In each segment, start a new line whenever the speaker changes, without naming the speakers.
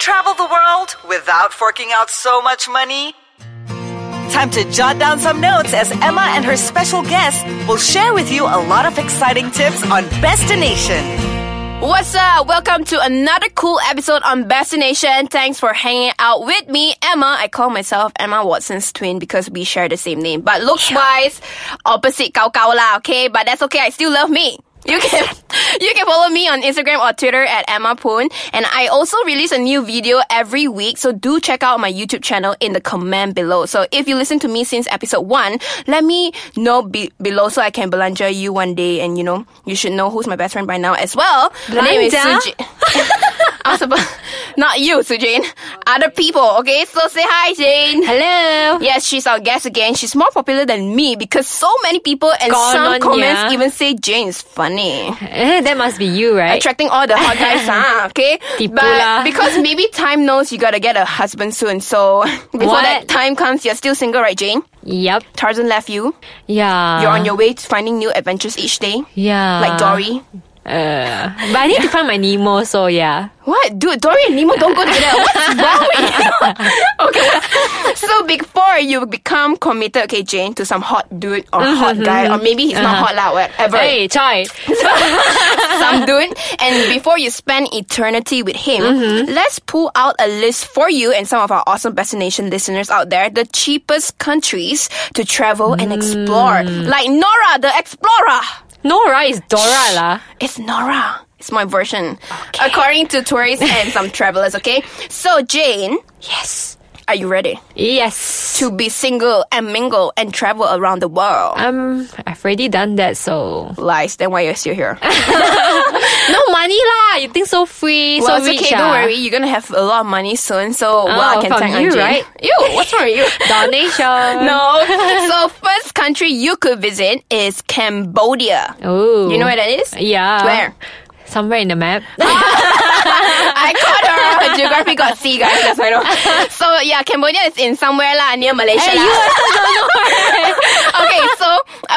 travel the world without forking out so much money? Time to jot down some notes as Emma and her special guest will share with you a lot of exciting tips on Bestination.
What's up? Welcome to another cool episode on Bestination. Thanks for hanging out with me, Emma. I call myself Emma Watson's twin because we share the same name. But looks wise, opposite Kao Kao lah, okay? But that's okay, I still love me. You can you can follow me on Instagram or Twitter at Emma Poon. And I also release a new video every week, so do check out my YouTube channel in the comment below. So if you listen to me since episode one, let me know be- below so I can belanja you one day and you know, you should know who's my best friend by now as well. Her name is
Belanja?
Suji. I'm supposed not you, Sujin. Other people, okay? So say hi, Jane.
Hello.
Yes, she's our guest again. She's more popular than me because so many people and
Gone
some
on,
comments
yeah.
even say Jane is funny.
Eh, that must be you, right?
Attracting all the hot guys, ah, okay?
Tipu
But
lah.
because maybe time knows you gotta get a husband soon, so before
What?
that time comes, you're still single, right, Jane?
yep.
Tarzan left you.
Yeah.
You're on your way to finding new adventures each day.
Yeah.
Like Dory.
Uh, but I need to find my Nemo, so yeah.
What? Dude, Dory and Nemo don't go together. What's wrong with you? okay. So before you become committed, okay, Jane, to some hot dude or hot guy, or maybe he's not hot lah, whatever.
Hey, Chai.
some dude. And before you spend eternity with him, let's pull out a list for you and some of our awesome destination listeners out there, the cheapest countries to travel and explore. Like Nora the Explorer.
Nora is Dora lah.
It's Nora. It's my version. According to tourists and some travelers, okay? So Jane,
Yes.
are you ready
Yes.
to be single and mingle and travel around the world?
Um, I've already done that, so
Lies, then why are you still here?
no money lah. You think so free,
Well,
so
it's
rich
okay.
ah.
Don't worry. You're gonna have a lot of money soon, so well, I
Oh,
can
from
thank
you,
Anjing.
right?
Ew, what's wrong with you?
Donation.
no. so first country you could visit is Cambodia.
Oh.
You know where that is?
Yeah.
Where?
Somewhere in the map.
I caught her. Her geography got C, guys. That's why I know. So yeah, Cambodia is in somewhere lah near Malaysia.
Hey,
lah.
you also
okay, so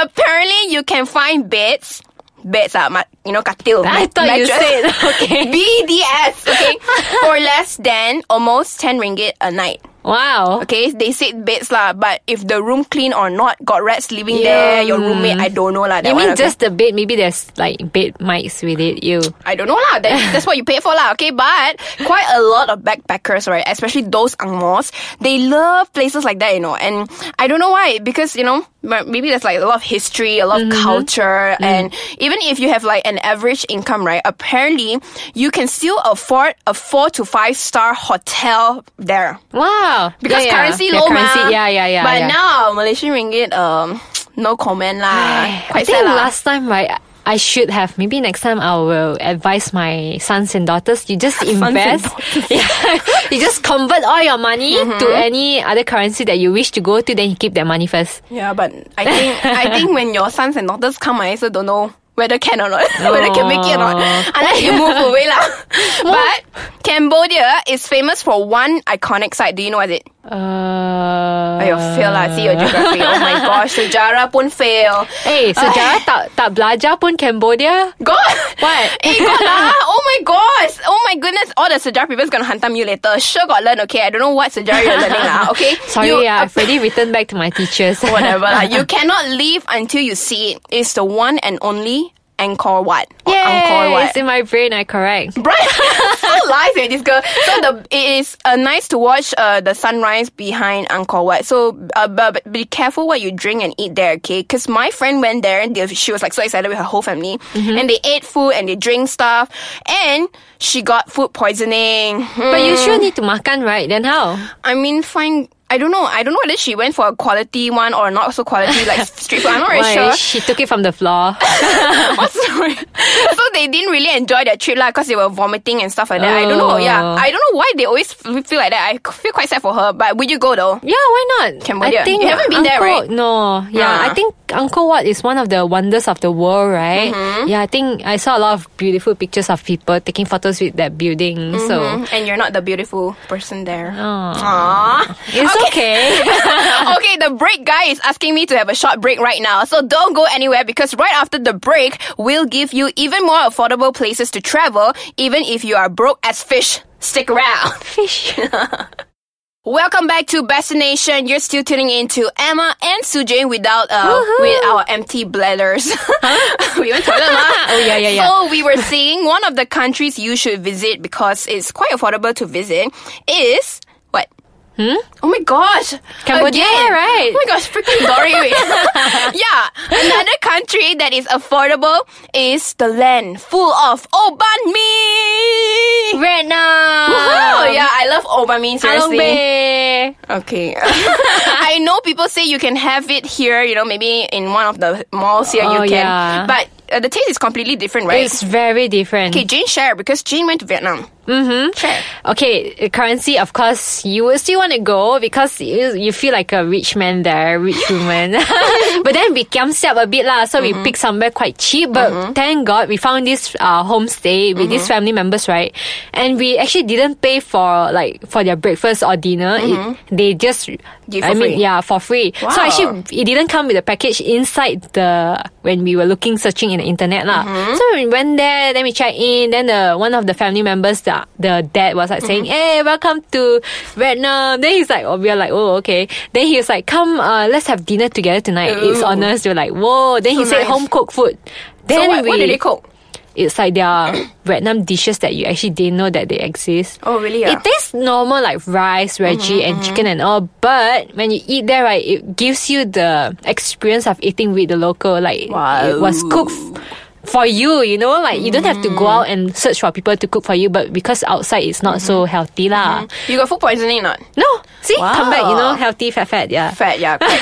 apparently you can find beds. Beds are, ma- you know, katil.
I thought you said okay.
BDS, okay, for less than almost 10 ringgit a night.
Wow.
Okay, they said beds lah, but if the room clean or not, got rats living there,
Yeah,
your roommate, I don't know lah. That
You
one,
mean
okay?
just the bed? Maybe there's like bed mics with it. You.
I don't know lah. That, that's what you pay for lah. Okay, but quite a lot of backpackers, right? Especially those angmos, they love places like that, you know. And I don't know why, because you know, ma- maybe there's like a lot of history, a lot of
Mm-hmm.
culture,
Mm.
and even if you have like an average income, right? Apparently, you can still afford a four to five star hotel there
Wow.
because
Yeah, yeah.
currency
yeah,
low,
currency,
mah.
Yeah, yeah, yeah.
But
yeah.
now Malaysian ringgit, um, no comment lah.
I
Quite
think
sad lah.
last time, right? I should have. Maybe next time I will advise my sons and daughters. You just
and
invest. yeah, you just convert all your money
Mm-hmm.
to any other currency that you wish to go to. Then you keep that money first.
Yeah, but I think I think when your sons and daughters come, I also don't know whether can or not, whether can make it or not,
Aw.
unless you move away lah. but Cambodia is famous for one iconic site. Do you know what it?
Uh,
Oh, you fail lah. See your geography. oh my gosh, sejarah pun fail.
Eh, sejarah tak tak belajar pun Cambodia.
God.
What?
Eh, God lah. Oh my gosh. Oh my goodness. All the sejarah people is gonna hantam you later. Sure got learn, okay? I don't know what sejarah you're learning lah, okay?
Sorry,
you,
yeah, I've already written back to my teachers.
whatever lah. You cannot leave until you see it. It's the one and only Angkor Wat. Or Angkor
Yeah,
Wat.
it's in my brain. I correct.
Right? so lies eh, this girl. So the it is uh, nice to watch uh, the sunrise behind Angkor Wat. So uh, but, but be careful what you drink and eat there, okay? Because my friend went there and they, she was like so excited with her whole family,
Mm-hmm.
and they ate food and they drank stuff, and she got food poisoning. Hmm.
But you sure need to makan, right? Then how?
I mean, fine. I don't know. I don't know whether she went for a quality one or not so quality like street food. I'm not really sure.
Why, She took it from the floor.
Sorry. so they didn't really enjoy their trip lah because they were vomiting and stuff like that. I don't know. Yeah,
Oh.
I don't know why they always f- feel like that. I feel quite sad for her. But would you go though?
Yeah, why not?
Cambodia.
I think
You haven't been there,
Angkor-
right?
No. Yeah,
Ah.
I think Angkor Wat is one of the wonders of the world, right?
Mm-hmm.
Yeah, I think I saw a lot of beautiful pictures of people taking photos with that building. So
Mm, And you're not the beautiful person there.
Aw.
Aww.
it's okay.
okay, the break guy is asking me to have a short break right now. So don't go anywhere because right after the break, we'll give you even more affordable places to travel, even if you are broke as fish. Stick around. Fish. Welcome back to Bastination. You're still tuning in to Emma and Sujay without uh,
Woohoo.
with our empty bladders. we went toilet, lah.
Oh, yeah, yeah, yeah.
So we were saying one of the countries you should visit because it's quite affordable to visit is what? Hmm? Oh my gosh.
Cambodia,
Again.
right?
Oh my gosh, freaking Dory. yeah. Another country that is affordable is the land full of Oban Mi.
Vietnam.
Wow, yeah, I love Obami,
Halong
seriously.
Bay.
Okay. I know people say you can have it here, you know, maybe in one of the malls here
Oh,
you can.
yeah.
But uh, the taste is completely different, right?
It's very different.
okay, Jane share because Jane went to Vietnam. Mm-hmm. Share.
Okay, uh, currency, of course, you will still want to go because you, you feel like a rich man there, rich woman. but then we kiamsi up a bit lah, so
Mm-hmm.
we picked somewhere quite cheap. But thank God we found this uh, homestay with
Mm-hmm.
these family members, right? And we actually didn't pay for like for their breakfast or dinner. It- they just,
Mm-hmm. Give for
I mean,
free.
yeah, for free. So
Wow.
actually, Um, it didn't come with a package inside the when we were looking searching in the internet lah.
Mm-hmm.
So we went there, then we checked in. Then the one of the family members, the the dad was like
Mm-hmm.
saying, "Hey, welcome to Vietnam." Then he's like, "Oh, we are like, oh, okay." Then he was like, "Come, uh, let's have dinner together tonight." It's
Ooh.
on us. We're like, "Whoa!" Then he
So
said,
nice.
"Home cooked food."
so
Then
what,
we,
what did they cook?
It's like their Vietnam dishes that you actually didn't know that they exist.
Oh, really, ah? Mm-hmm,
It tastes normal like rice, veggie, and chicken and all. But when you eat there, right, it gives you the experience of eating with the local. Like it was cooked. f- For you, you know, like you don't have to go out and search for people to cook for you, but because outside it's not so
Mm-hmm.
healthy, lah.
You got food poisoning or not?
No, see, come back, you
Wow.
know, healthy, fat, fat, yeah.
Fat, yeah. correct.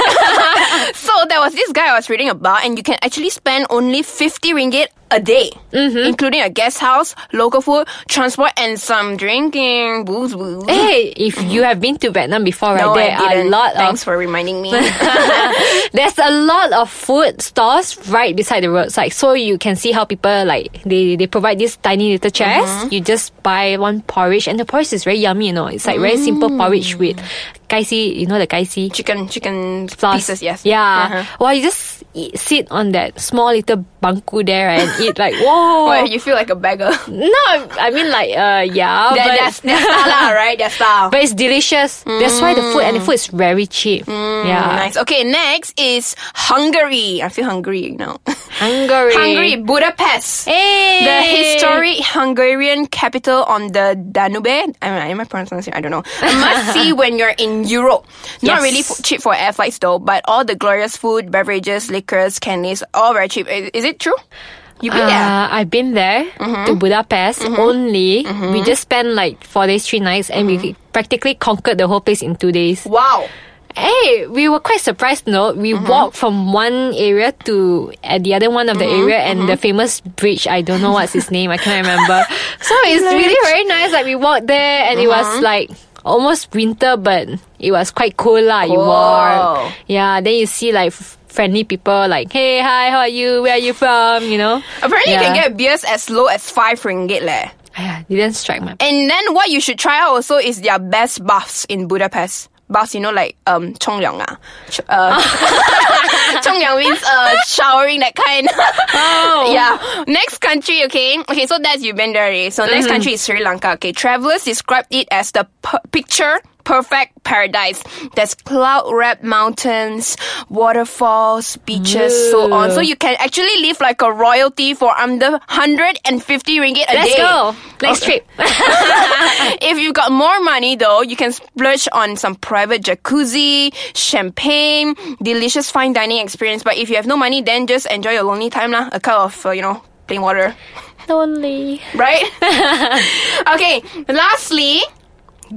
so there was this guy I was reading about, and you can actually spend only 50 ringgit a day,
Mm-hmm.
including a guest house, local food, transport, and some drinking. Booze, booze.
Hey, if you have been to Vietnam before, right?
No,
Eh,
I
there are a
didn't.
lot
Thanks
of
for reminding me.
There's a lot of food stores right beside the roadside, so you can see how people like they, they provide these tiny little chairs.
Uh-huh.
You just buy one porridge, and the porridge is very yummy. You know, it's like very simple
Mm.
porridge with kaisi. You know the kaisi
chicken, chicken
floss.
pieces. Yes. Uh-huh.
Yeah. Well, you just eat, sit on that small little bangku there and eat like whoa.
Well, you feel like a beggar. That,
no, I mean like uh yeah, but
that's that's style, lah, right? That's style.
but it's delicious. That's why the food and the food is very cheap. yeah.
Mm, Nice. Okay, next is Hungary. I feel hungry now.
Hungary.
Hungary, Budapest.
Hey.
The historic Hungarian capital on the Danube. I mean, am I pronouncing? it? I don't know. A must see when you're in Europe. Not
Yes.
really f- cheap for air flights though, but all the glorious food, beverages, liquors, candies, all very cheap. Is, is it true? You been there?
Uh, I've been there to Budapest only. We just spent like four days, three nights, and we practically conquered the whole place in two days.
Wow.
Hey, we were quite surprised, no? We
Mm-hmm.
walked from one area to at the other one of the
Mm-hmm.
area, and the famous bridge. I don't know what's his name. I can't remember. So it's really very nice. Like we walked there, and it
Uh-huh.
was like. Almost winter, but it was quite cool lah. You
Wow.
warm, yeah. Then you see like f- friendly people, like hey, hi, how are you? Where are you from? You know.
Apparently, you can
Yeah.
get beers as low as five ringgit leh.
Yeah, didn't strike my.
And then what you should try out also is their best baths in Budapest. Baths, you know, like um, chongyang ah, Ch- uh, chongyang means uh, showering that kind.
Oh.
yeah. Next country, okay, okay. So that's you've been there. already. So
Mm-hmm.
next country is Sri Lanka. Okay, travelers described it as the per- picture. Perfect paradise. There's cloud wrapped mountains, waterfalls, beaches, so on. So you can actually live like a royalty for under 150 ringgit a
Let's
day
go. Next trip.
if you've got more money though, you can splurge on some private jacuzzi, champagne, delicious fine dining experience. But if you have no money, then just enjoy your lonely time lah. A cup of uh, you know plain water,
Lonely.
right? okay. Lastly,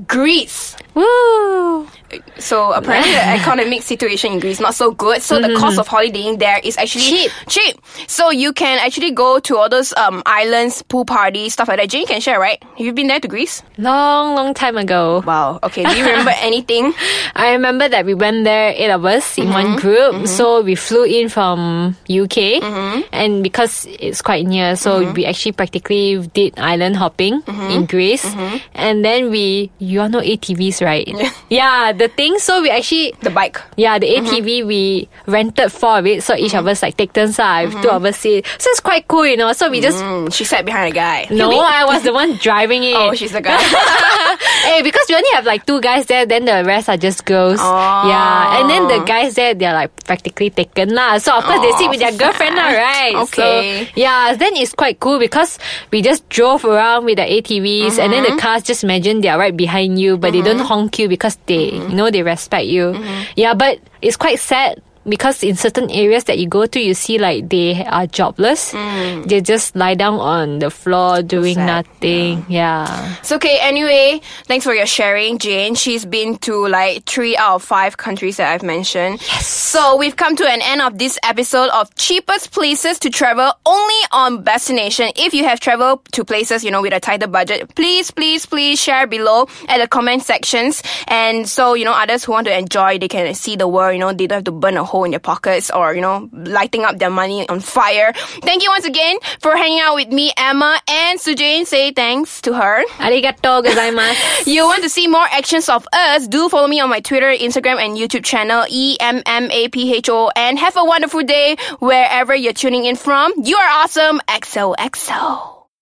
Greece.
Woo.
So apparently the economic situation in Greece not so good. So the cost of holidaying there is actually
Mm-hmm. Cheap.
Cheap. So you can actually go to all those um islands, pool parties, stuff like that. Jane can share, right? Have you been there to Greece?
Long, long time ago.
Wow. Okay. Do you remember anything?
I remember that we went there, eight of us in
Mm-hmm.
one group. So we flew in from UK,
Mm-hmm.
and because it's quite near, so we actually
Mm-hmm.
practically did island hopping in Greece. And then we, you all know ATVs, right?
Yeah.
yeah, the thing. So we actually
The bike.
Yeah, the
Mm-hmm.
ATV we rented four of it, so each of us like take turns. Ah, if two
Mm-hmm.
of us sit, so it's quite cool, you know. So we just
Mm, she sat behind a guy.
no,
Really?
I was the one driving it.
Oh, she's the guy.
hey, Eh, because we only have like two guys there, then the rest are just girls. Yeah, and then the guys there, they're like practically taken lah. So of course they sit with their girlfriend lah, right?
Okay.
So, yeah, then it's quite cool because we just drove around with the ATVs, and then the cars just imagine they are right behind you, but they don't honk you because they, you know, they respect you. Yeah, but it's quite sad. Because in certain areas that you go to, you see like they are jobless. They just lie down on the floor doing
sad.
nothing. yeah.
It's okay. Anyway, thanks for your sharing, Jane. She's been to like three out of five countries that I've mentioned. Yes. So we've come to an end of this episode of cheapest places to travel only on Destination. If you have traveled to places, you know, with a tighter budget, please, please, please share below at the comment sections. And so, you know, others who want to enjoy, they can see the world, you know, they don't have to burn a hole in their pockets or, you know, lighting up their money on fire. Thank you once again for hanging out with me, Emma and Sujane. Say thanks to her.
ありがとうございます。
You want to see more actions of us? Do follow me on my Twitter, Instagram, and YouTube channel, E M M A P H O. And have a wonderful day wherever you're tuning in from. You are awesome. XOXO.